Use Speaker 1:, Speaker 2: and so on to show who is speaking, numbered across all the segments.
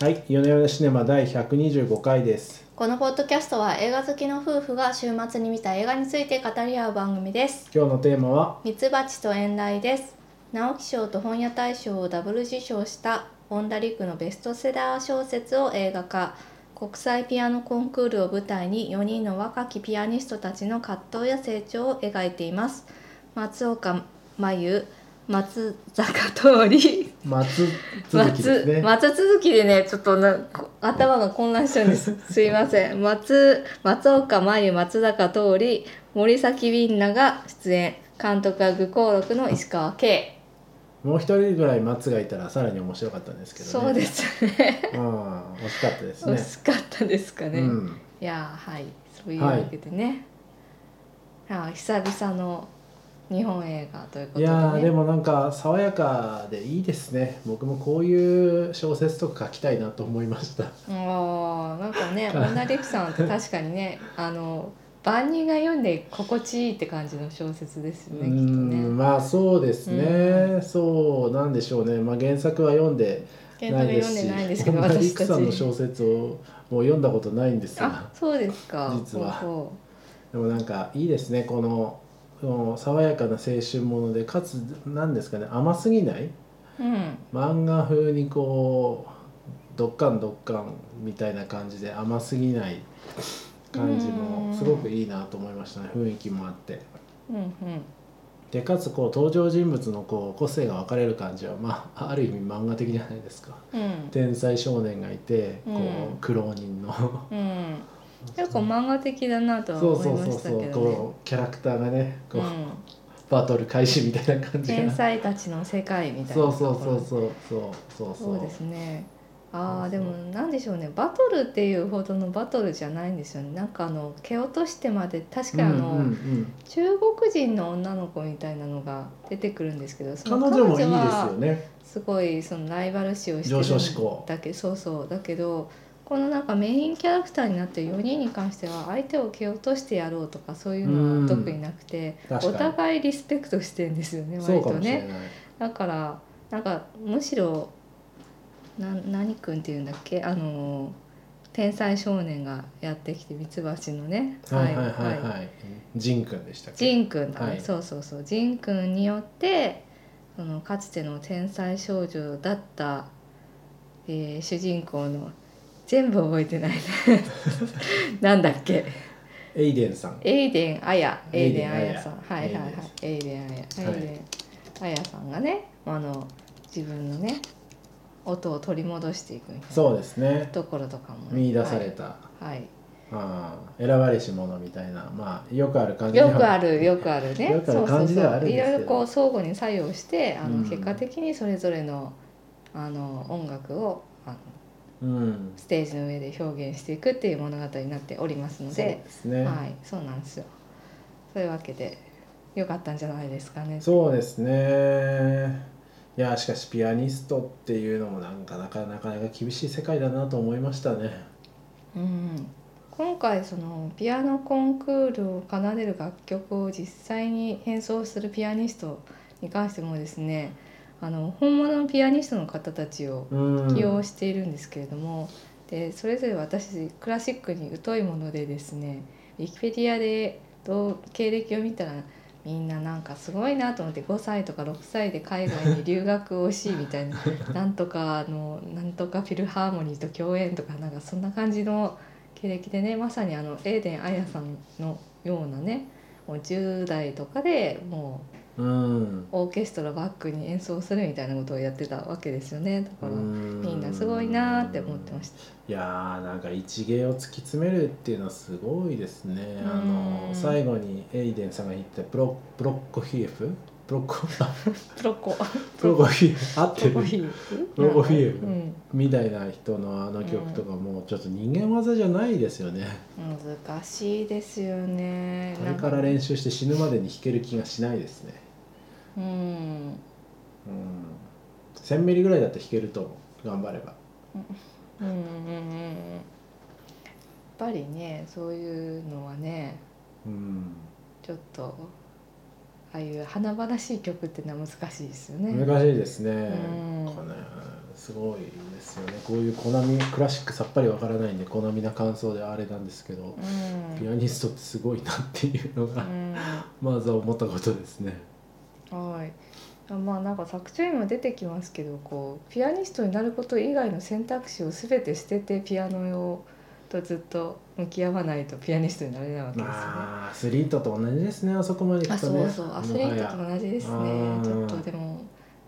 Speaker 1: はい、ヨネヨネシネマ第125回です。
Speaker 2: このポッドキャストは映画好きの夫婦が週末に見た映画について語り合う番組です
Speaker 1: 今日のテーマは、
Speaker 2: ミツバチと遠雷です直木賞と本屋大賞をダブル受賞した本田陸のベストセラー小説を映画化国際ピアノコンクールを舞台に4人の若きピアニストたちの葛藤や成長を描いています松岡真優松坂桃李
Speaker 1: 松続きです
Speaker 2: 松
Speaker 1: ね。
Speaker 2: 松続きでねちょっとなこ頭が混乱しちゃうんです すいません松松岡真由松坂桃李森崎ウィンナが出演監督は愚行録の石川圭、
Speaker 1: もう一人ぐらい松がいたらさらに面白かったんですけどね。
Speaker 2: そうで。すね
Speaker 1: うん、惜しかったですね。
Speaker 2: 惜しかったですかね、
Speaker 1: うん、
Speaker 2: いやーはいそういうわけでね、あー久々の日本映画ということ
Speaker 1: い
Speaker 2: で、ね、
Speaker 1: やーでもなんか爽やかでいいですね僕もこういう小説とか書きたいなと思いました
Speaker 2: あーなんかね女陸さんって確かにねあの万人が読んで心地いいって感じの小説です
Speaker 1: う
Speaker 2: よねきっと
Speaker 1: ん
Speaker 2: ね
Speaker 1: まあそうですね、そうなんでしょうね、まあ、原作は読んで
Speaker 2: 原
Speaker 1: ない
Speaker 2: 作
Speaker 1: で
Speaker 2: 読ん
Speaker 1: す
Speaker 2: でないんです
Speaker 1: し
Speaker 2: けど
Speaker 1: 本田
Speaker 2: 私
Speaker 1: 陸
Speaker 2: たち
Speaker 1: さんの小説をもう読んだことないんです
Speaker 2: あ
Speaker 1: が
Speaker 2: そうですか
Speaker 1: 実は
Speaker 2: ほ
Speaker 1: でもなんかいいですねこのこの爽やかな青春ものでかつ何ですかね甘すぎないう
Speaker 2: ほううん
Speaker 1: 漫画風にこうドッカンドッカンみたいな感じで甘すぎない感じ
Speaker 2: う
Speaker 1: も
Speaker 2: ん
Speaker 1: すごくいいなと思いましたね雰囲気もあって
Speaker 2: うんうん
Speaker 1: でかつこう登場人物のこう個性が分かれる感じは、まあ、ある意味漫画的じゃないですか
Speaker 2: うん
Speaker 1: 天才少年がいてこ
Speaker 2: うん
Speaker 1: う苦労人の
Speaker 2: うん結構漫画的だなとは
Speaker 1: そう
Speaker 2: 思
Speaker 1: そ
Speaker 2: いうま
Speaker 1: そう
Speaker 2: した
Speaker 1: そ
Speaker 2: け
Speaker 1: う
Speaker 2: ど
Speaker 1: こうキャラクターがねこ
Speaker 2: ね
Speaker 1: う、
Speaker 2: うん
Speaker 1: バトル開始みたいな感じ
Speaker 2: 天
Speaker 1: が
Speaker 2: 才たちの世界みたいな
Speaker 1: そうそうそう
Speaker 2: う
Speaker 1: そうそうそう
Speaker 2: そうですねああ
Speaker 1: そ
Speaker 2: で
Speaker 1: うそう
Speaker 2: もなんでしょうねバトルっていうほどのバトルじゃないんですよねなんかあの蹴落としてまで確かあの、
Speaker 1: うんうんうん
Speaker 2: 中国人の女の子みたいなのが出てくるんですけどそ
Speaker 1: 彼
Speaker 2: の
Speaker 1: 女もいいですよ
Speaker 2: は
Speaker 1: ね
Speaker 2: すごいそのライバル視をして
Speaker 1: 上昇志
Speaker 2: る
Speaker 1: 向
Speaker 2: んだけどそうそうだけどこのなんかメインキャラクターになってる4人に関しては相手を蹴落としてやろうとかそういうのは特になくて
Speaker 1: 確かに
Speaker 2: お互いリスペクトしてるんですよね
Speaker 1: そう
Speaker 2: 割
Speaker 1: か
Speaker 2: と
Speaker 1: もしれない、
Speaker 2: ねだからなんかむしろな何君っていうんだっけあの天才少年がやってきてミツバチのね
Speaker 1: はいはいはいはいジンくんでしたっけ
Speaker 2: ジン君だね、
Speaker 1: はい
Speaker 2: そうそうそうジン君によってそのかつての天才少女だった、えー主人公の全部覚えてないね なんだっけ
Speaker 1: エイデンさん
Speaker 2: エイデン・アヤ
Speaker 1: エ
Speaker 2: エ
Speaker 1: イ
Speaker 2: イ
Speaker 1: デ
Speaker 2: デ
Speaker 1: ン
Speaker 2: ン・アヤさんはいはいはいエイデン・アヤ
Speaker 1: は
Speaker 2: エ
Speaker 1: い
Speaker 2: イデン・アヤさんがねあの自分のね音を取り戻していくみたいな
Speaker 1: そうですね
Speaker 2: ところとかもね、
Speaker 1: 見出された、
Speaker 2: はい、はい
Speaker 1: あー選ばれし者みたいなまあよくある感じでは
Speaker 2: よくあるよくあるね
Speaker 1: よくある感じではあるんですけど
Speaker 2: そうそうそういろいろこう相互に作用してあ
Speaker 1: うん
Speaker 2: の結果的にそれぞれのあの音楽をあの
Speaker 1: うん
Speaker 2: ステージの上で表現していくっていう物語になっております
Speaker 1: そ
Speaker 2: の
Speaker 1: う
Speaker 2: で
Speaker 1: ですね、
Speaker 2: はいそうなんですよそういうわけでよかったんじゃないですかね
Speaker 1: そうですねいやしかしピアニストっていうのもなんかなかなか厳しい世界だなと思いましたね
Speaker 2: うん今回そのピアノコンクールを奏でる楽曲を実際に演奏するピアニストに関してもですねあの本物のピアニストの方たちを
Speaker 1: うん
Speaker 2: 起用しているんですけれども、でそれぞれ私クラシックに疎いものでですねウィキペディアで同経歴を見たらみんななんかすごいなと思って5歳とか6歳で海外に留学をしみた いななんとかあのなんとかフィルハーモニーと共演とかなんかそんな感じの経歴でねまさにあのエーデン・アヤさんのようなねもう10代とかでも
Speaker 1: うん
Speaker 2: うオーケストラバックに演奏するみたいなことをやってたわけですよねだから。み
Speaker 1: み
Speaker 2: んなすごいなーって思ってました
Speaker 1: いやーなんか一芸を突き詰めるっていうのはすごいですねあの
Speaker 2: うん
Speaker 1: 最後にエイデンさんが言ったプロプロッコヒエフプロッ コ
Speaker 2: た。プロコ。
Speaker 1: プロコヒエフ合って
Speaker 2: プロコ
Speaker 1: る
Speaker 2: フィー
Speaker 1: プロコフィーユ
Speaker 2: うん。
Speaker 1: みたいな人のあの曲とかもうちょっと人間技じゃないですよね
Speaker 2: 難しいですよね。
Speaker 1: あれから練習して死ぬまでに弾ける気がしないですね
Speaker 2: うん。
Speaker 1: うん1000ミリぐらいだと弾けると思う頑張れば
Speaker 2: うんうんうんうん。やっぱりね、そういうのはね、
Speaker 1: うん
Speaker 2: ちょっと。ああいう華々しい曲ってのは難しいですよね。
Speaker 1: 難しいですね、
Speaker 2: うん
Speaker 1: このすごいですよねこういうコナミクラシックさっぱりわからないんでコナミな感想であれなんですけど、
Speaker 2: うん
Speaker 1: ピアニストってすごいなっていうのが、まずは思ったことですね。
Speaker 2: うん、はいまあなんか作中にも出てきますけどこうピアニストになること以外の選択肢を全て捨ててピアノ用とずっと向き合わないとピアニストになれないわけですよね。
Speaker 1: まあアスリートと同じですねあそこまで行
Speaker 2: あ
Speaker 1: くと
Speaker 2: そ
Speaker 1: ね。
Speaker 2: うそうアスリート
Speaker 1: もはや
Speaker 2: と同じです
Speaker 1: あ
Speaker 2: ね
Speaker 1: ー
Speaker 2: ちょっとでも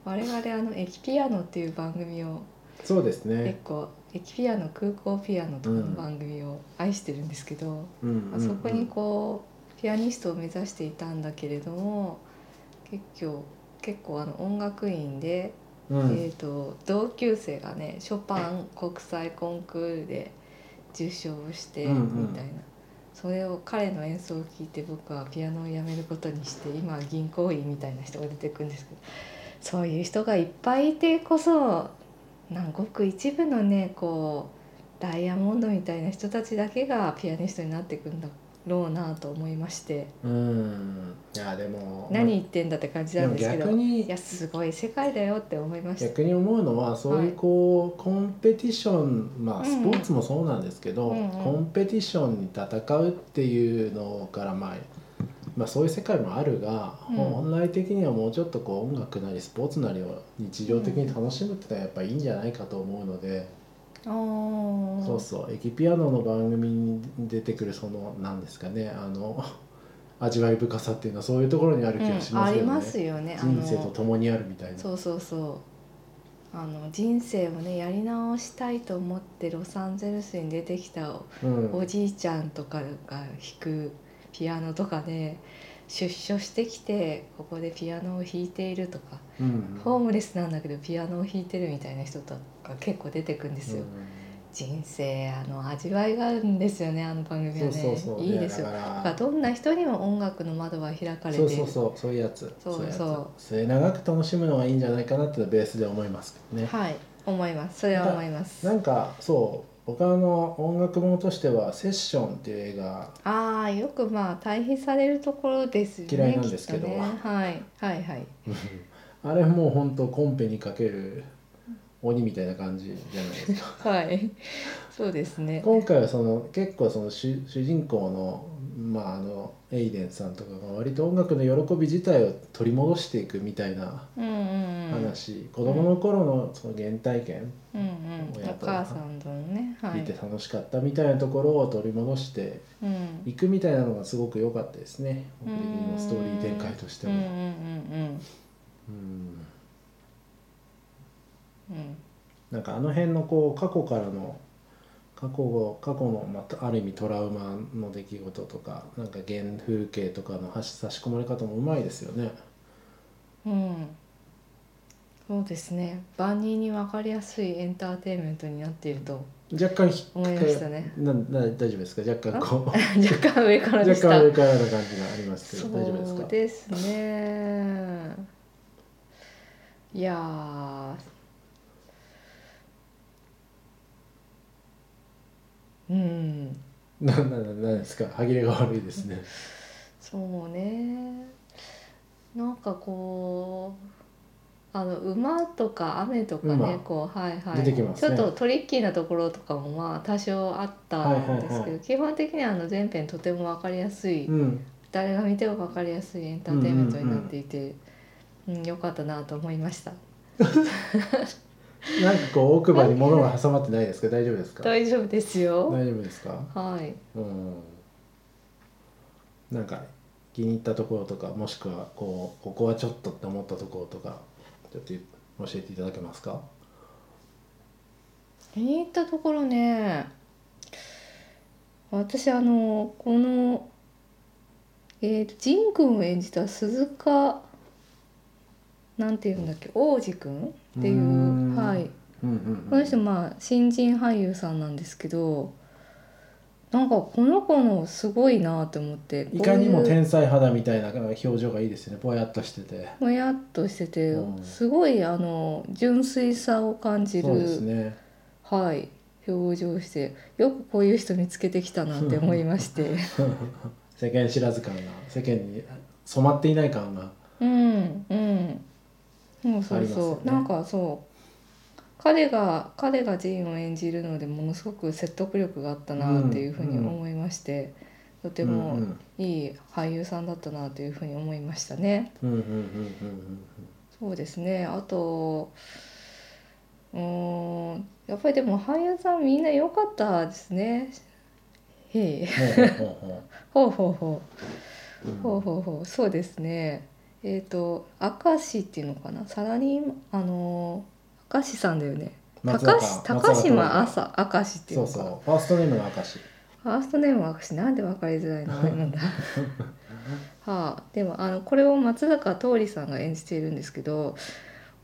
Speaker 2: 我々あの「駅ピアノ」っていう番組を
Speaker 1: そうです
Speaker 2: 結
Speaker 1: ね。
Speaker 2: 構「駅ピアノ」「空港ピアノ」とかの番組を愛してるんですけど、
Speaker 1: うんうんうん
Speaker 2: あそこにこうピアニストを目指していたんだけれども結局結構あの音楽院で、
Speaker 1: うん
Speaker 2: えー、と同級生がねショパン国際コンクールで受賞して
Speaker 1: うんうん
Speaker 2: みたいな、それを彼の演奏を聞いて僕はピアノをやめることにして今は銀行員みたいな人が出てくるんですけどそういう人がいっぱいいてこそなんごく一部のねこうダイヤモンドみたいな人たちだけがピアニストになっていくんだろうなと思いまして
Speaker 1: うん、いやでも
Speaker 2: 何言ってんだって感じなんですけ
Speaker 1: でも逆
Speaker 2: どい
Speaker 1: に
Speaker 2: やすごい世界だよって思いました。
Speaker 1: 逆に思うのはそういうこう、コンペティションま
Speaker 2: う
Speaker 1: あ
Speaker 2: ん
Speaker 1: スポーツもそうなんですけど、
Speaker 2: うんうん
Speaker 1: コンペティションに戦うっていうのから、まあ、まあそういう世界もあるが、
Speaker 2: うん
Speaker 1: 本来的にはもうちょっとこう音楽なりスポーツなりを日常的に楽しむってのはやっぱいいんじゃないかと思うので、
Speaker 2: あー
Speaker 1: そうそうエキピアノの番組に出てくるそのなんですかねあの 味わい深さっていうのはそういうところにある気がし
Speaker 2: うん、
Speaker 1: ま
Speaker 2: あ
Speaker 1: すよね。
Speaker 2: りますよね。あの
Speaker 1: 人生と共にあるみたいな。
Speaker 2: そうそうそうあの人生をねやり直したいと思ってロサンゼルスに出てきたお
Speaker 1: うん
Speaker 2: おじいちゃんとかが弾くピアノとかで出所してきてここでピアノを弾いているとか
Speaker 1: うん
Speaker 2: ホームレスなんだけどピアノを弾いてるみたいな人とか結構出てくんですよ。人生あの味わいがあるんですよねあの番組は
Speaker 1: うん
Speaker 2: ね
Speaker 1: そうそうそう
Speaker 2: いいですよ。
Speaker 1: だ
Speaker 2: だ
Speaker 1: か
Speaker 2: から
Speaker 1: ら
Speaker 2: どんな人にも音楽の窓は開かれて
Speaker 1: そ
Speaker 2: いる
Speaker 1: うそうそうそういうやつ
Speaker 2: そうそう
Speaker 1: いうやつ末永く楽しむのがいいんじゃないかなってベースで思いますけどね、
Speaker 2: はい思いますそれは思います。
Speaker 1: なんかそう僕はあの音楽ものとしては「セッション」っていう映画
Speaker 2: ああよくまあ対比されるところですよね
Speaker 1: 嫌いなんですけど
Speaker 2: きっとねはい、は いはい
Speaker 1: あれもう本当コンペにかける鬼みたいな感じじゃないです か
Speaker 2: はいそうですね
Speaker 1: 今回はその結構その主主人公のまああのエイデンさんとかが割と音楽の喜び自体を取り戻していくみたいな
Speaker 2: うんうんうん
Speaker 1: 話、子供の頃のその原体験、
Speaker 2: うんうんお母さんとのねは
Speaker 1: 見
Speaker 2: い
Speaker 1: て楽しかったみたいなところを取り戻して
Speaker 2: うん
Speaker 1: いくみたいなのがすごく良かったですね僕的に
Speaker 2: う
Speaker 1: も
Speaker 2: ん
Speaker 1: ストーリー展開として
Speaker 2: うんうん
Speaker 1: も。
Speaker 2: うん
Speaker 1: うん
Speaker 2: うんうん
Speaker 1: なんかあの辺のこう過去からの過去を過去の、まあ、ある意味トラウマの出来事とかなんか原風景とかの差し込まれ方もうまいですよね。
Speaker 2: うんそうですね万人に分かりやすいエンターテインメントになっていると
Speaker 1: 若干ひ
Speaker 2: 思いまし たね
Speaker 1: なな大丈夫ですか若干 こう
Speaker 2: 若干上からで
Speaker 1: 若
Speaker 2: した
Speaker 1: 干上からな感じがありますけ
Speaker 2: そ
Speaker 1: ど大丈夫ですか
Speaker 2: うですねいやーうん
Speaker 1: ななななんですか歯切れが悪いですね。
Speaker 2: そうねなんかこうあの馬とか雨とかね
Speaker 1: 馬
Speaker 2: こうはいはい
Speaker 1: 出てきますね
Speaker 2: ちょっとトリッキーなところとかもまあ多少あったんですけど、
Speaker 1: はいはいはい
Speaker 2: 基本的にはあの全編とても分かりやすい
Speaker 1: うん、
Speaker 2: 誰が見ても分かりやすいエンターテインメントになっていて、うん良かったなと思いました
Speaker 1: なんかこう奥歯に物が挟まってないですか大丈夫ですか
Speaker 2: 大丈夫ですよ
Speaker 1: 大丈夫ですか
Speaker 2: はい
Speaker 1: うんなんか気に入ったところとかもしくはこうここはちょっとって思ったところとかちょっと教えていただけますか
Speaker 2: 気に入ったところね私あのこのえーと仁君を演じた鈴鹿なんていうんだっけ王子君っていう
Speaker 1: うーん
Speaker 2: はい
Speaker 1: うんうん、
Speaker 2: この人まあ新人俳優さんなんですけどなんかこの子のすごいなと思って
Speaker 1: いかにも
Speaker 2: こういう
Speaker 1: 天才肌みたいな表情がいいですよねぼやっとしてて
Speaker 2: もやっとしてて、
Speaker 1: うん
Speaker 2: すごいあの純粋さを感じ
Speaker 1: そうです
Speaker 2: る、
Speaker 1: ね
Speaker 2: はい表情してよくこういう人見つけてきたなって思いまして
Speaker 1: 世間知らず感が世間に染まっていない感が
Speaker 2: うんうんもうそう
Speaker 1: あります
Speaker 2: そう、
Speaker 1: よね
Speaker 2: なんかそう彼が彼がジンを演じるのでものすごく説得力があったなっていうふうに思いまして、とても
Speaker 1: うん
Speaker 2: いい俳優さんだったなというふうに思いましたね。
Speaker 1: うんうんうんうん
Speaker 2: そうですねあとうーんやっぱりでも俳優さんみんな良かったですね。へい
Speaker 1: うんほうほうほう
Speaker 2: ほうほうほうほうほうほうそうですねえっ、と明石っていうのかなサラリーマンあのー明石さんだよね
Speaker 1: うん
Speaker 2: 高
Speaker 1: 松
Speaker 2: し
Speaker 1: 坂
Speaker 2: 高
Speaker 1: 松
Speaker 2: 島
Speaker 1: 坂
Speaker 2: 朝明石っていう
Speaker 1: そ
Speaker 2: の
Speaker 1: う
Speaker 2: か
Speaker 1: そうファーストネームの証
Speaker 2: ファーストネームは明石なんで分かりづらい名前 なんだはあでもあのこれを松坂桃李さんが演じているんですけど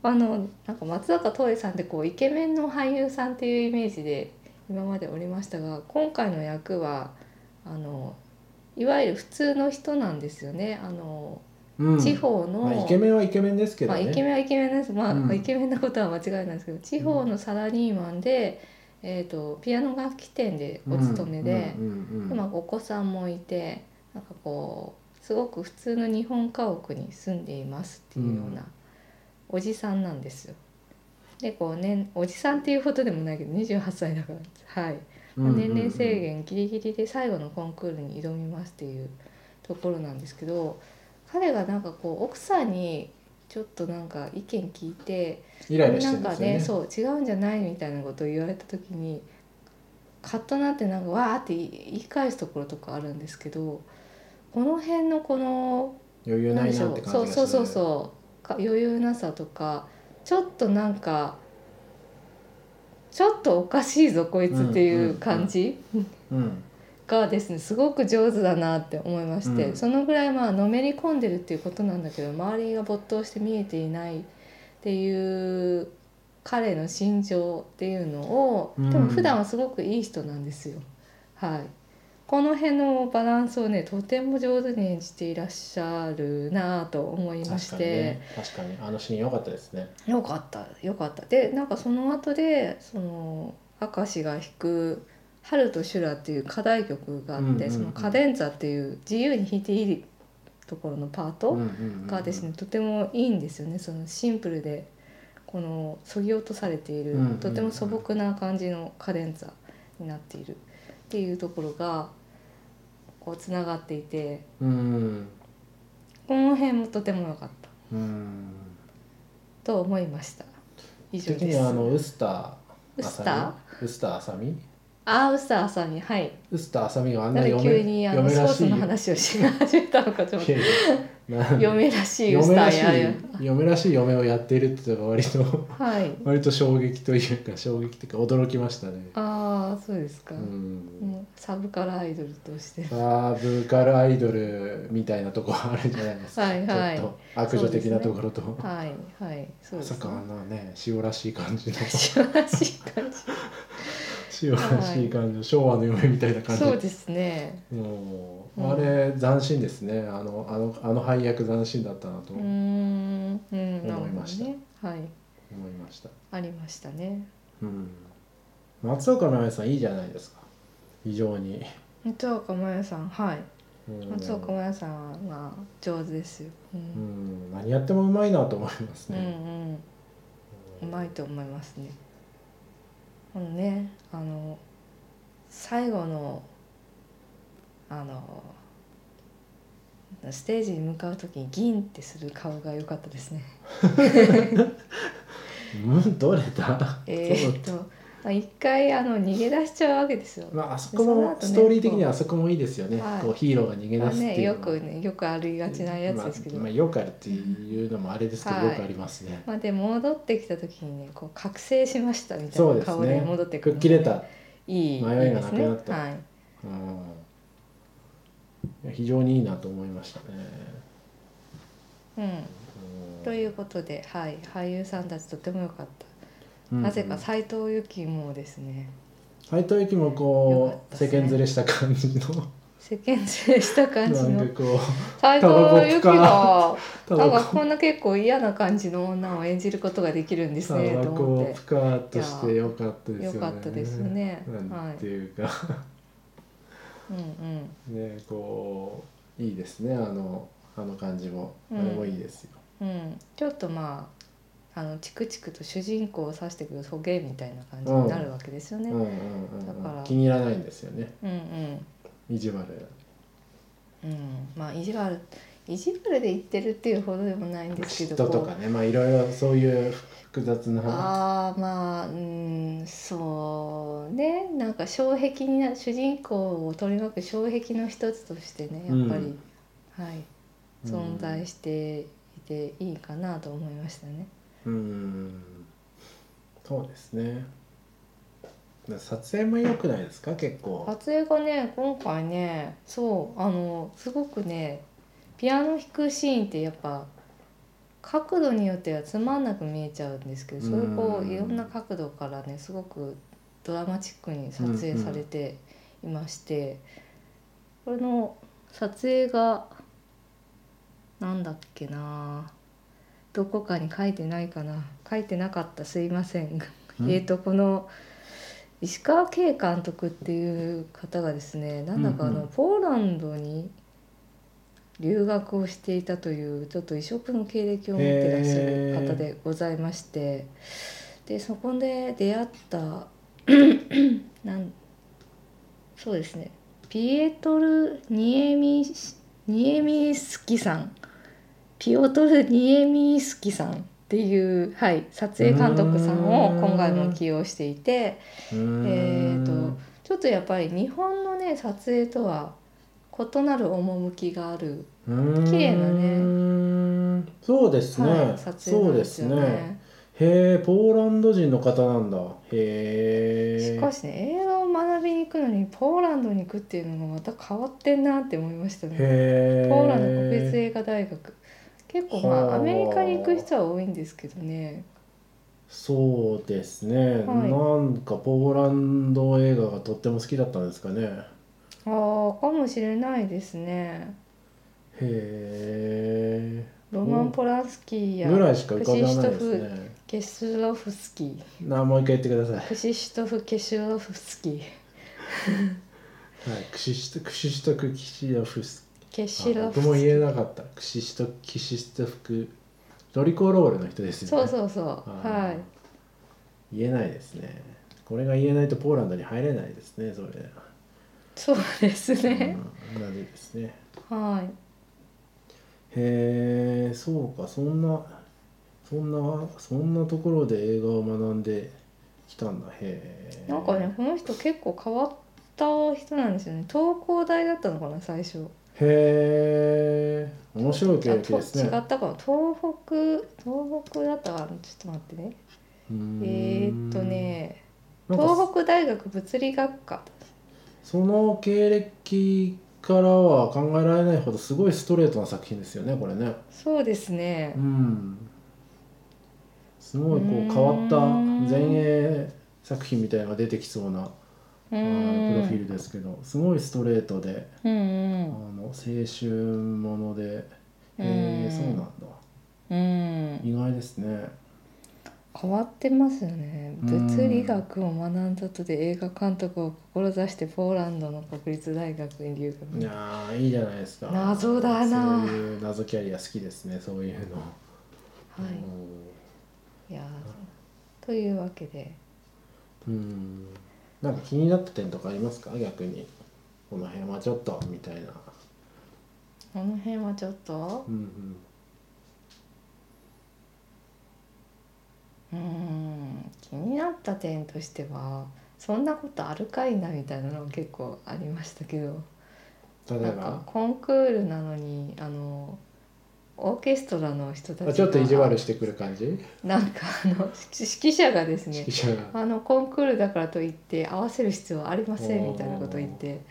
Speaker 2: あのなんか松坂桃李さんってこうイケメンの俳優さんっていうイメージで今までおりましたが今回の役はあのいわゆる普通の人なんですよねあの、
Speaker 1: うん
Speaker 2: 地方の、
Speaker 1: まあ、イケメンはイケメンですけど
Speaker 2: まあ、
Speaker 1: ね、
Speaker 2: イケメンはイケメンです、まあ
Speaker 1: うん
Speaker 2: イケメンなことは間違いないですけど地方のサラリーマンで、えー、とピアノ楽器店でお勤めで、
Speaker 1: うんうんうんうん
Speaker 2: まあ、お子さんもいてなんかこうすごく普通の日本家屋に住んでいますっていうようなおじさんなんですよ。でこうねおじさんっていうほどでもないけど28歳だから、はいまあ年齢制限ギリギリで最後のコンクールに挑みますっていうところなんですけど彼がなんかこう奥さんにちょっとなんか意見聞いて
Speaker 1: イライラして
Speaker 2: な
Speaker 1: る
Speaker 2: ん
Speaker 1: んで
Speaker 2: か
Speaker 1: すよね
Speaker 2: ねそう違うんじゃないみたいなことを言われた時にカッとなってなんかわーって言い言い返すところとかあるんですけどこの辺のこの
Speaker 1: 余裕
Speaker 2: な
Speaker 1: なん
Speaker 2: で
Speaker 1: い
Speaker 2: しょ
Speaker 1: なっ
Speaker 2: う
Speaker 1: て感じがす
Speaker 2: そ
Speaker 1: る
Speaker 2: うそうそうそうか余裕なさとかちょっとなんかちょっとおかしいぞこいつっていう感じ、
Speaker 1: う、ん、
Speaker 2: がですねすごく上手だなって思いまして、
Speaker 1: うん
Speaker 2: そのぐらいまあのめり込んでるっていうことなんだけど周りが没頭して見えていないっていう彼の心情っていうのを、
Speaker 1: うん
Speaker 2: でも普段はすごくいい人なんですよ。はいこの辺のバランスをねとても上手に演じていらっしゃるなぁと思いま
Speaker 1: 確
Speaker 2: し
Speaker 1: かに
Speaker 2: て、
Speaker 1: ね確かにあのシーン良かったですね
Speaker 2: よかったよかったでなんかその後でその明石が弾く「春と修羅」っていう課題曲があって、
Speaker 1: うんうんうん
Speaker 2: その「カデンツァ」っていう自由に弾いていいところのパートがですね、とてもいいんですよねそのシンプルでこのそぎ落とされている、
Speaker 1: うんうんうん
Speaker 2: とても素朴な感じのカデンツァになっているっていうところがこうつながっていて
Speaker 1: うんうん
Speaker 2: この辺もとても良かった
Speaker 1: うんうん
Speaker 2: と思いました。以上
Speaker 1: 的
Speaker 2: で
Speaker 1: に
Speaker 2: す。
Speaker 1: はあのウスター
Speaker 2: ウスタ
Speaker 1: ーウスターあさみ
Speaker 2: あーウスターさんにはい
Speaker 1: ウスターあさみがあん
Speaker 2: な
Speaker 1: なん
Speaker 2: で
Speaker 1: 嫁
Speaker 2: 急にあの
Speaker 1: 嫁
Speaker 2: ソ
Speaker 1: ら
Speaker 2: ー
Speaker 1: し
Speaker 2: ス
Speaker 1: い
Speaker 2: の話をし始めたのかちょっ
Speaker 1: い
Speaker 2: と
Speaker 1: やいやな
Speaker 2: 嫁らしいウス
Speaker 1: 嫁
Speaker 2: タ
Speaker 1: ら
Speaker 2: ー
Speaker 1: しい
Speaker 2: やる
Speaker 1: 嫁らしい嫁をやっているっていうのが割と
Speaker 2: はい
Speaker 1: 割と衝撃というか衝撃というか驚きましたね
Speaker 2: ああそうですか、
Speaker 1: うん
Speaker 2: もうサブカラアイドルとして
Speaker 1: サーブカルアイドルみたいなとこあるじゃないですか
Speaker 2: はいはい
Speaker 1: ちょっと悪女的なところと、
Speaker 2: はいはいそう
Speaker 1: ま
Speaker 2: で
Speaker 1: さ
Speaker 2: すね
Speaker 1: かあんなね塩らしい感じの
Speaker 2: 素晴らしい感
Speaker 1: 塩らしい感じの昭和の嫁みたいな
Speaker 2: じ
Speaker 1: 感じ
Speaker 2: そうですね
Speaker 1: もう
Speaker 2: うん
Speaker 1: あれ斬新ですねあのあのあの配役斬新だったなと
Speaker 2: うー
Speaker 1: 思
Speaker 2: んうんなるほ
Speaker 1: 思い
Speaker 2: ど
Speaker 1: ました
Speaker 2: ねはい
Speaker 1: いました、
Speaker 2: ありましたね
Speaker 1: うん、松岡茉優さんいいじゃないですか非常に、
Speaker 2: 松岡茉優さんはい
Speaker 1: うん、
Speaker 2: 松岡茉優さんは上手ですよ、う
Speaker 1: うんん何やってもうまいなと思います
Speaker 2: うん、う
Speaker 1: ね、
Speaker 2: んうんう
Speaker 1: うん
Speaker 2: まいと思いますね。あのねあの最後のあのステージに向かう時にギンってする顔が良かったですね。
Speaker 1: うんどれだ、
Speaker 2: えーっとまあ一回あの逃げ出しちゃうわけですよ。
Speaker 1: まあ、あそこ
Speaker 2: その
Speaker 1: も
Speaker 2: 後
Speaker 1: ス
Speaker 2: ね
Speaker 1: トーリー的にはあそこもいいですよね、
Speaker 2: はい
Speaker 1: こうヒーローが逃げ
Speaker 2: ま
Speaker 1: 出
Speaker 2: あ
Speaker 1: すって
Speaker 2: ね、
Speaker 1: いう
Speaker 2: よ
Speaker 1: のは
Speaker 2: くねよくありがちなやつですけど、
Speaker 1: まあ
Speaker 2: ま
Speaker 1: まあ、よくあるっていうのもあれですけど、
Speaker 2: はい
Speaker 1: よくありますね
Speaker 2: あ、で戻ってきた時にねこう覚醒しましたみたい
Speaker 1: そう
Speaker 2: な
Speaker 1: です
Speaker 2: 顔で
Speaker 1: ね
Speaker 2: 戻ってく
Speaker 1: 吹
Speaker 2: る
Speaker 1: っ
Speaker 2: の
Speaker 1: 切
Speaker 2: がね
Speaker 1: れた、迷
Speaker 2: いい
Speaker 1: いが
Speaker 2: です
Speaker 1: なくなった
Speaker 2: ね。はい
Speaker 1: うん、非常にいいなと思いましたね、
Speaker 2: うん
Speaker 1: うん
Speaker 2: ということで、はい、俳優さんたちとても良かった。
Speaker 1: うん
Speaker 2: なぜか斎藤由貴もですね、
Speaker 1: 斎藤由貴もこう、
Speaker 2: よかった
Speaker 1: 世
Speaker 2: ですね
Speaker 1: 間連れした感じの
Speaker 2: 世間連れした感じ
Speaker 1: な
Speaker 2: の
Speaker 1: んかこ
Speaker 2: 斎藤由貴が
Speaker 1: う
Speaker 2: なんか
Speaker 1: タバ
Speaker 2: こんな結構嫌な感じの女を演じることができるんです
Speaker 1: コ
Speaker 2: ね
Speaker 1: タ
Speaker 2: と
Speaker 1: バコ
Speaker 2: 思
Speaker 1: を
Speaker 2: っ
Speaker 1: プカーっとしてよかった
Speaker 2: て
Speaker 1: ですよ
Speaker 2: 良
Speaker 1: ね
Speaker 2: かったですね。
Speaker 1: な
Speaker 2: は
Speaker 1: んて
Speaker 2: い、
Speaker 1: いうか、
Speaker 2: うん
Speaker 1: ねこういいですねあのあの感じも、
Speaker 2: うん
Speaker 1: あれもいいですよ
Speaker 2: うんうん、ちょっとまああのチクチクと主人公を指してくる捕鯨みたいな感じになるわけですよね。
Speaker 1: う
Speaker 2: うん
Speaker 1: う
Speaker 2: ん
Speaker 1: んうん
Speaker 2: だか
Speaker 1: うん
Speaker 2: ら
Speaker 1: 気に入らないんですよね
Speaker 2: うん
Speaker 1: 意地悪
Speaker 2: うん、まあ意地悪意地悪で言ってるっていうほどでもないんですけ
Speaker 1: 嫉
Speaker 2: ど
Speaker 1: 妬と
Speaker 2: こ
Speaker 1: か
Speaker 2: う
Speaker 1: ねまあいろいろそういう複雑な
Speaker 2: ああまあうんそうねなんか障壁にな主人公を取り巻く障壁の一つとしてねやっぱり、はい存在
Speaker 1: し
Speaker 2: していていいかなと思いましたね。
Speaker 1: うん、うんそうですね撮影も良くないですか結構
Speaker 2: 撮影がね今回ねそうあのすごくねピアノ弾くシーンってやっぱ角度によってはつまんなく見えちゃうんですけどそういうこ
Speaker 1: う
Speaker 2: うんいろんな角度からねすごくドラマチックに撮影されていまして、これの撮影がなんだっけなどこかに書いてないかな書いてなかったすいません
Speaker 1: うん
Speaker 2: えー、とこの石川慶監督っていう方がですねなんだかあ
Speaker 1: うん
Speaker 2: の、
Speaker 1: うん
Speaker 2: ポーランドに留学をしていたというちょっと異色の経歴を持ってらっしゃる方でございましてでそこで出会った なんそうですねピエトル・ニエミシニエミスキさんピオトル・ニエミスキさんっていう、はい、撮影監督さんを今回も起用していて
Speaker 1: うーん
Speaker 2: えーとちょっとやっぱり日本のね撮影とは異なる趣がある、
Speaker 1: うーん
Speaker 2: 綺麗な
Speaker 1: そうですね、
Speaker 2: はい、
Speaker 1: そ
Speaker 2: 撮影な
Speaker 1: うんで
Speaker 2: ですすよ
Speaker 1: ね
Speaker 2: ね。
Speaker 1: へえポーランド人の方なんだへえ
Speaker 2: しかしね映画を学びに行くのにポーランドに行くっていうのがまた変わってんなって思いましたね。
Speaker 1: へえ
Speaker 2: ポーランド国立映画大学結構ま
Speaker 1: は
Speaker 2: あ
Speaker 1: あ
Speaker 2: アメリカに行く人は多いんですけどね
Speaker 1: そうですね、
Speaker 2: はい
Speaker 1: なんかポーランド映画がとっても好きだったんですかねへ
Speaker 2: ああかもしれないですね
Speaker 1: え
Speaker 2: ロマン・ポランスキーや
Speaker 1: ぐらいしか浮かばないですね
Speaker 2: ケシュロフスキー
Speaker 1: なあもう一回言ってください、は
Speaker 2: クシシュトフ・ケシュロフスキー
Speaker 1: い、クシシトクシシトクキシロフス
Speaker 2: ケシ
Speaker 1: あ
Speaker 2: ロ
Speaker 1: 僕
Speaker 2: フ
Speaker 1: も
Speaker 2: スキ
Speaker 1: 言
Speaker 2: ー
Speaker 1: えなかったクシシトキシストフクロリコロールの人ですよね
Speaker 2: そうそうそうは
Speaker 1: はい。言えないですね。これが言えないとポーランドに入れないですね、それ。
Speaker 2: いそうですね、
Speaker 1: うん、なぜですね。
Speaker 2: はい
Speaker 1: へえ、そうか、そんな、そんな、そんなところで映画を学んできたんだ。へえ。
Speaker 2: なんかね。この人結構変わった人なんですよね東工大だったのかな最初
Speaker 1: へえ、面白い経
Speaker 2: あ
Speaker 1: 歴
Speaker 2: と違
Speaker 1: で
Speaker 2: っ
Speaker 1: すね。
Speaker 2: たかも東北東北だったかなちょっと待ってね
Speaker 1: うーん
Speaker 2: えーっと。ね
Speaker 1: なんか
Speaker 2: 東北大学物理学科
Speaker 1: その経歴からは考えられないほどすごいストレートな作品ですよね、これね。
Speaker 2: そうですね
Speaker 1: うん、すごいこう
Speaker 2: うーん
Speaker 1: 変わった前衛作品みたいなのが出てきそうなあ
Speaker 2: う
Speaker 1: のプロフィー
Speaker 2: ん
Speaker 1: ルですけどすごいストレートであ
Speaker 2: うん
Speaker 1: の青春ものでへ
Speaker 2: うん
Speaker 1: えそうなんだ
Speaker 2: うん
Speaker 1: 意外ですね
Speaker 2: 変わってますよね
Speaker 1: うん
Speaker 2: 物理学を学んだ後で映画監督を志してポーランドの国立大学に留
Speaker 1: い
Speaker 2: 学
Speaker 1: やーいいじゃないですか
Speaker 2: 謎だな
Speaker 1: そういう謎キャリア好きですねそういうの
Speaker 2: はいいやーというわけで
Speaker 1: うんうんなんか気になった点とかありますか逆にこの辺はちょっとみたいな
Speaker 2: この辺はちょっと
Speaker 1: うんうん
Speaker 2: うん気になった点としてはそんなことあるかいなみたいなのが結構ありましたけど
Speaker 1: 例え
Speaker 2: なん
Speaker 1: ば
Speaker 2: かコンクールなのにあのオーケストラの人たち
Speaker 1: あ
Speaker 2: が
Speaker 1: ちょっと意地悪してくる感じ
Speaker 2: なんかあの指揮者がですね
Speaker 1: 指揮者が
Speaker 2: あのコンクールだからといって合わせる必要はありませんみたいなことを言って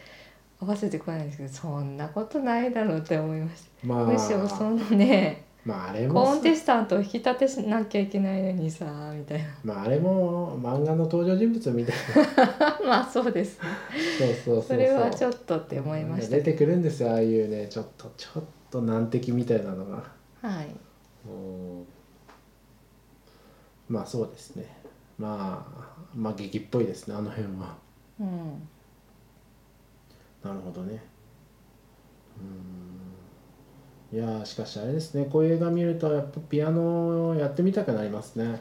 Speaker 2: 合わせてこないんですけどそんなことないだろうって思いまし
Speaker 1: ま
Speaker 2: た
Speaker 1: あ
Speaker 2: むしろそのね
Speaker 1: まああれ
Speaker 2: コ
Speaker 1: も
Speaker 2: ンテスタントを引き立てしなきゃいけないのにさみたいな
Speaker 1: まああれも漫画の登場人物みたいな
Speaker 2: まあ そうです
Speaker 1: そうそうそうう
Speaker 2: それはちょっとって思いました
Speaker 1: 出てくるんですよああいうねちょっとちょっと難敵みたいなのが
Speaker 2: はい
Speaker 1: うんまあそうですねまあまあ劇っぽいですねあの辺は
Speaker 2: うん
Speaker 1: なるほどねういやーしかしあれですねこういう映画見るとやっぱピアノをやってみたくなりますね。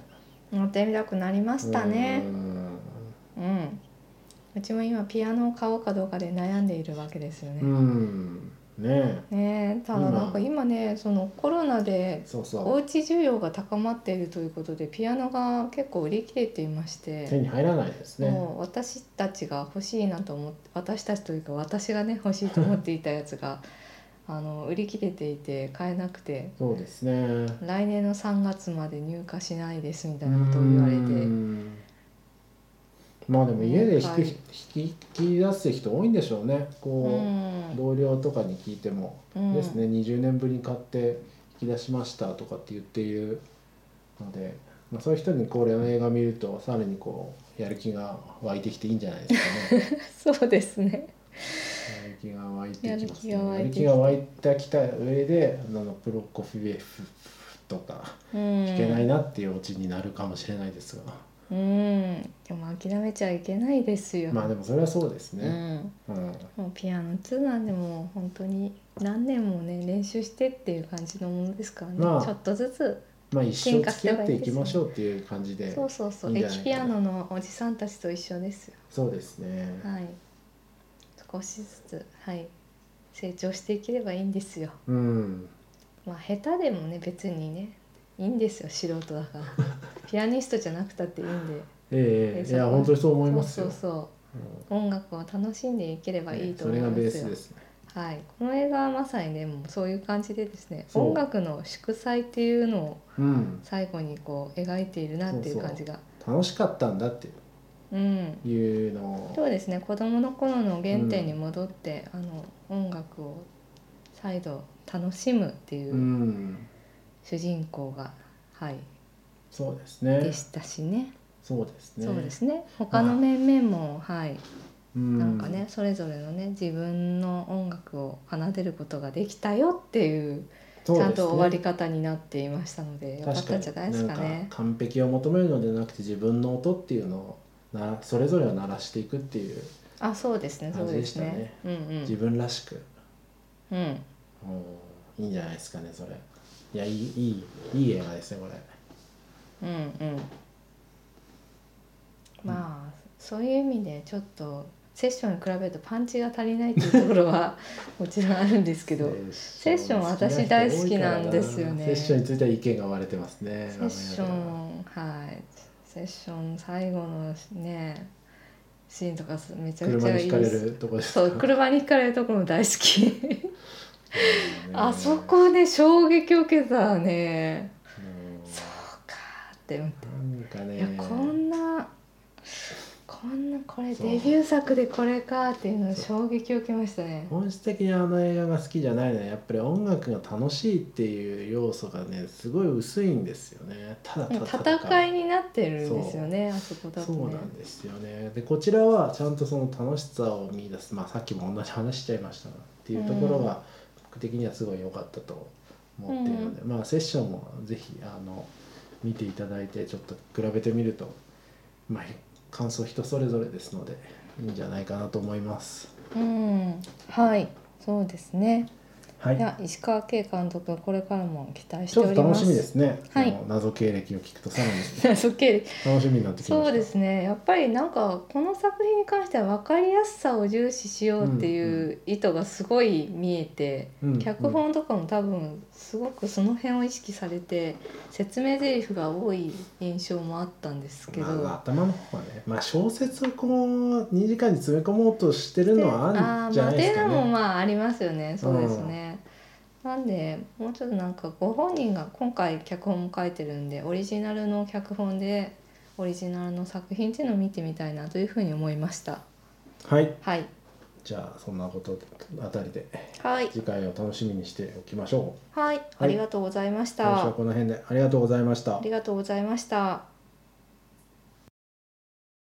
Speaker 2: 乗ってみたくなりました
Speaker 1: う
Speaker 2: ね
Speaker 1: ん
Speaker 2: うんうちも今ピアノを買おうかどうかで悩んでいるわけですよ
Speaker 1: う
Speaker 2: ね、
Speaker 1: んね
Speaker 2: ねえただなんか今ねそのコロナで
Speaker 1: えそう
Speaker 2: お
Speaker 1: そう
Speaker 2: ち需要が高まっているということでピアノが結構売り切れていまし
Speaker 1: う手
Speaker 2: て、
Speaker 1: に入らないですね。
Speaker 2: もう私たちが欲しいなと思って私たちというか私がね欲しいと思っていたやつが あの売り切れていて買えなくて
Speaker 1: そうですね。
Speaker 2: 来年の3月まで入荷しないですみたいなことを言われ
Speaker 1: う
Speaker 2: て
Speaker 1: んまあでも家で弾き
Speaker 2: ね
Speaker 1: 引き引き出す人多いんでしょうね
Speaker 2: う
Speaker 1: こう、
Speaker 2: ん、
Speaker 1: 同僚とかに聞いても、
Speaker 2: うん
Speaker 1: ですね20年ぶりに買って引き出しましたとかって言っているので、まあ、そういう人にこれの映画見るとさらにこうやる気が湧いてきていいんじゃないです かね
Speaker 2: そうですね
Speaker 1: やる気が湧いてきますね
Speaker 2: やる気が湧
Speaker 1: や
Speaker 2: い
Speaker 1: る
Speaker 2: てきて
Speaker 1: 気が湧いてきた上であのプロコフィエフとか
Speaker 2: うん
Speaker 1: 弾けないなっていうオチになるかもしれないですが、
Speaker 2: うんでも諦めちゃいけないですよ、
Speaker 1: まあでもそれはそうです
Speaker 2: う
Speaker 1: ね、
Speaker 2: ん
Speaker 1: うん
Speaker 2: もうピアノっていうのはでも本当に何年もね練習してっていう感じのものですからね、
Speaker 1: まあ
Speaker 2: ちょっとずつ
Speaker 1: まあ一生付き合っていきましょうっていう感じで
Speaker 2: そうそうそう
Speaker 1: いいんじゃない
Speaker 2: 駅
Speaker 1: か
Speaker 2: ピ
Speaker 1: な
Speaker 2: アノのおじさんたちと一緒ですよ
Speaker 1: そうですね
Speaker 2: はい少しずつはい成長していければいいんですよ
Speaker 1: うん
Speaker 2: まあ下手でもね別にねいいんですよ素人だ からピアニストじゃなくたっていいんで
Speaker 1: ええ
Speaker 2: え
Speaker 1: いや
Speaker 2: そう
Speaker 1: 本当にそう思います
Speaker 2: そ
Speaker 1: よ
Speaker 2: うそうそう音楽を楽しんでいければ
Speaker 1: うん
Speaker 2: いいと
Speaker 1: そ
Speaker 2: 思
Speaker 1: れ
Speaker 2: い
Speaker 1: が
Speaker 2: ます
Speaker 1: ベ
Speaker 2: よ
Speaker 1: ースですね
Speaker 2: はい、この映画はまさにねもうそういう感じでですね
Speaker 1: そう
Speaker 2: 音楽の祝祭っていうのを
Speaker 1: うん
Speaker 2: 最後にこう描いているなっていう感じが
Speaker 1: 楽しかったんだって
Speaker 2: う、ん、
Speaker 1: いうのを
Speaker 2: そうですね子供の頃の原点に戻って、あの音楽を再度楽しむっていううん主人公が、はい、
Speaker 1: そうです
Speaker 2: で
Speaker 1: ね
Speaker 2: したしね
Speaker 1: そうですね
Speaker 2: そうですね他の面々も、はい、
Speaker 1: うん
Speaker 2: なんかねそれぞれのね自分の音楽を奏でることができたよっていう
Speaker 1: そう
Speaker 2: ち
Speaker 1: です
Speaker 2: ゃん
Speaker 1: ね
Speaker 2: と終わり方になっていましたのでよかっ
Speaker 1: 確
Speaker 2: た
Speaker 1: か
Speaker 2: ん
Speaker 1: に
Speaker 2: じゃないですか
Speaker 1: なん
Speaker 2: ね。
Speaker 1: か完璧を求めるのではなくて自分の音っていうのをなそれぞれを鳴らしていくっていう
Speaker 2: あそうですねそうです
Speaker 1: 感じで
Speaker 2: ね。うん
Speaker 1: 自分らしく、
Speaker 2: うんうん
Speaker 1: うんいいんじゃないですかねそれいやいいいいいい映画ですねこれ
Speaker 2: うんうん。まあそういう意味でちょっとセッションに比べるとパンチが足りないっていうとこ ろはもちろんあるんですけど
Speaker 1: セ
Speaker 2: セッション私大好きなんですよね
Speaker 1: セッションについては意見が割れてますね
Speaker 2: セッショ
Speaker 1: 我が家では
Speaker 2: ンはいセッション最後のねシーンとかめちゃくち
Speaker 1: 車
Speaker 2: ゃ
Speaker 1: に
Speaker 2: い
Speaker 1: ひ
Speaker 2: い
Speaker 1: か
Speaker 2: で
Speaker 1: れ
Speaker 2: す。
Speaker 1: るとこですか
Speaker 2: そう車にひかれるところも大好 き。
Speaker 1: ね
Speaker 2: あそこね衝撃を受けたね
Speaker 1: うん
Speaker 2: そうかーって思って、
Speaker 1: なんかね
Speaker 2: いやこんなこんなこれ
Speaker 1: そう
Speaker 2: デビュー作でこれかーっていうのに衝撃を受けましたね
Speaker 1: 本質的にあの映画が好きじゃないのはやっぱり音楽が楽しいっていう要素がねすごい薄いんですよねただただ
Speaker 2: 戦いになってるんですよねあそこだと
Speaker 1: そう
Speaker 2: ね
Speaker 1: なんですよねでこちらはちゃんとその楽しさを見出す、まあ、さっきも同じ話しちゃいましたがっていうところが僕的にはすごい良かったと思っているので、まあセッションもぜひあの見ていただいてちょっと比べてみると、まあ、感想人それぞれですのでいいんじゃないかなと思います。
Speaker 2: うんはいそうですね
Speaker 1: はいい、
Speaker 2: や石川圭監督これからも期待し
Speaker 1: ち
Speaker 2: て
Speaker 1: ょ
Speaker 2: お
Speaker 1: っ
Speaker 2: り
Speaker 1: と
Speaker 2: ま
Speaker 1: 楽
Speaker 2: す
Speaker 1: しみですね、
Speaker 2: はい
Speaker 1: あの謎経歴を聞くとさらに
Speaker 2: そっけり
Speaker 1: 楽しみになってきました
Speaker 2: そうですねやっぱりなんかこの作品に関しては分かりやすさを重視しようっていうう意図がすごい見えて、
Speaker 1: うんうん
Speaker 2: 脚本とかも多分すごくその辺を意識されて説明台詞が多い印象もあったんですけど、
Speaker 1: まあ、頭の方はね、まあ、小説をこう2時間に詰め込もうとしてるのはあるんじゃないですか
Speaker 2: であーまあっていうのも
Speaker 1: ね。
Speaker 2: まあありますよねそうですね、なんでもうちょっとなんかご本人が今回脚本も書いてるんでオリジナルの脚本でオリジナルの作品っていうのを見てみたいなというふうに思いました
Speaker 1: はい
Speaker 2: はい
Speaker 1: じゃあそんなことあたりで
Speaker 2: はい
Speaker 1: 次回を楽しみにしておきましょう。
Speaker 2: はい、ありがとうございました。
Speaker 1: 今週はこの辺でありがとうございました
Speaker 2: ありがとうございました。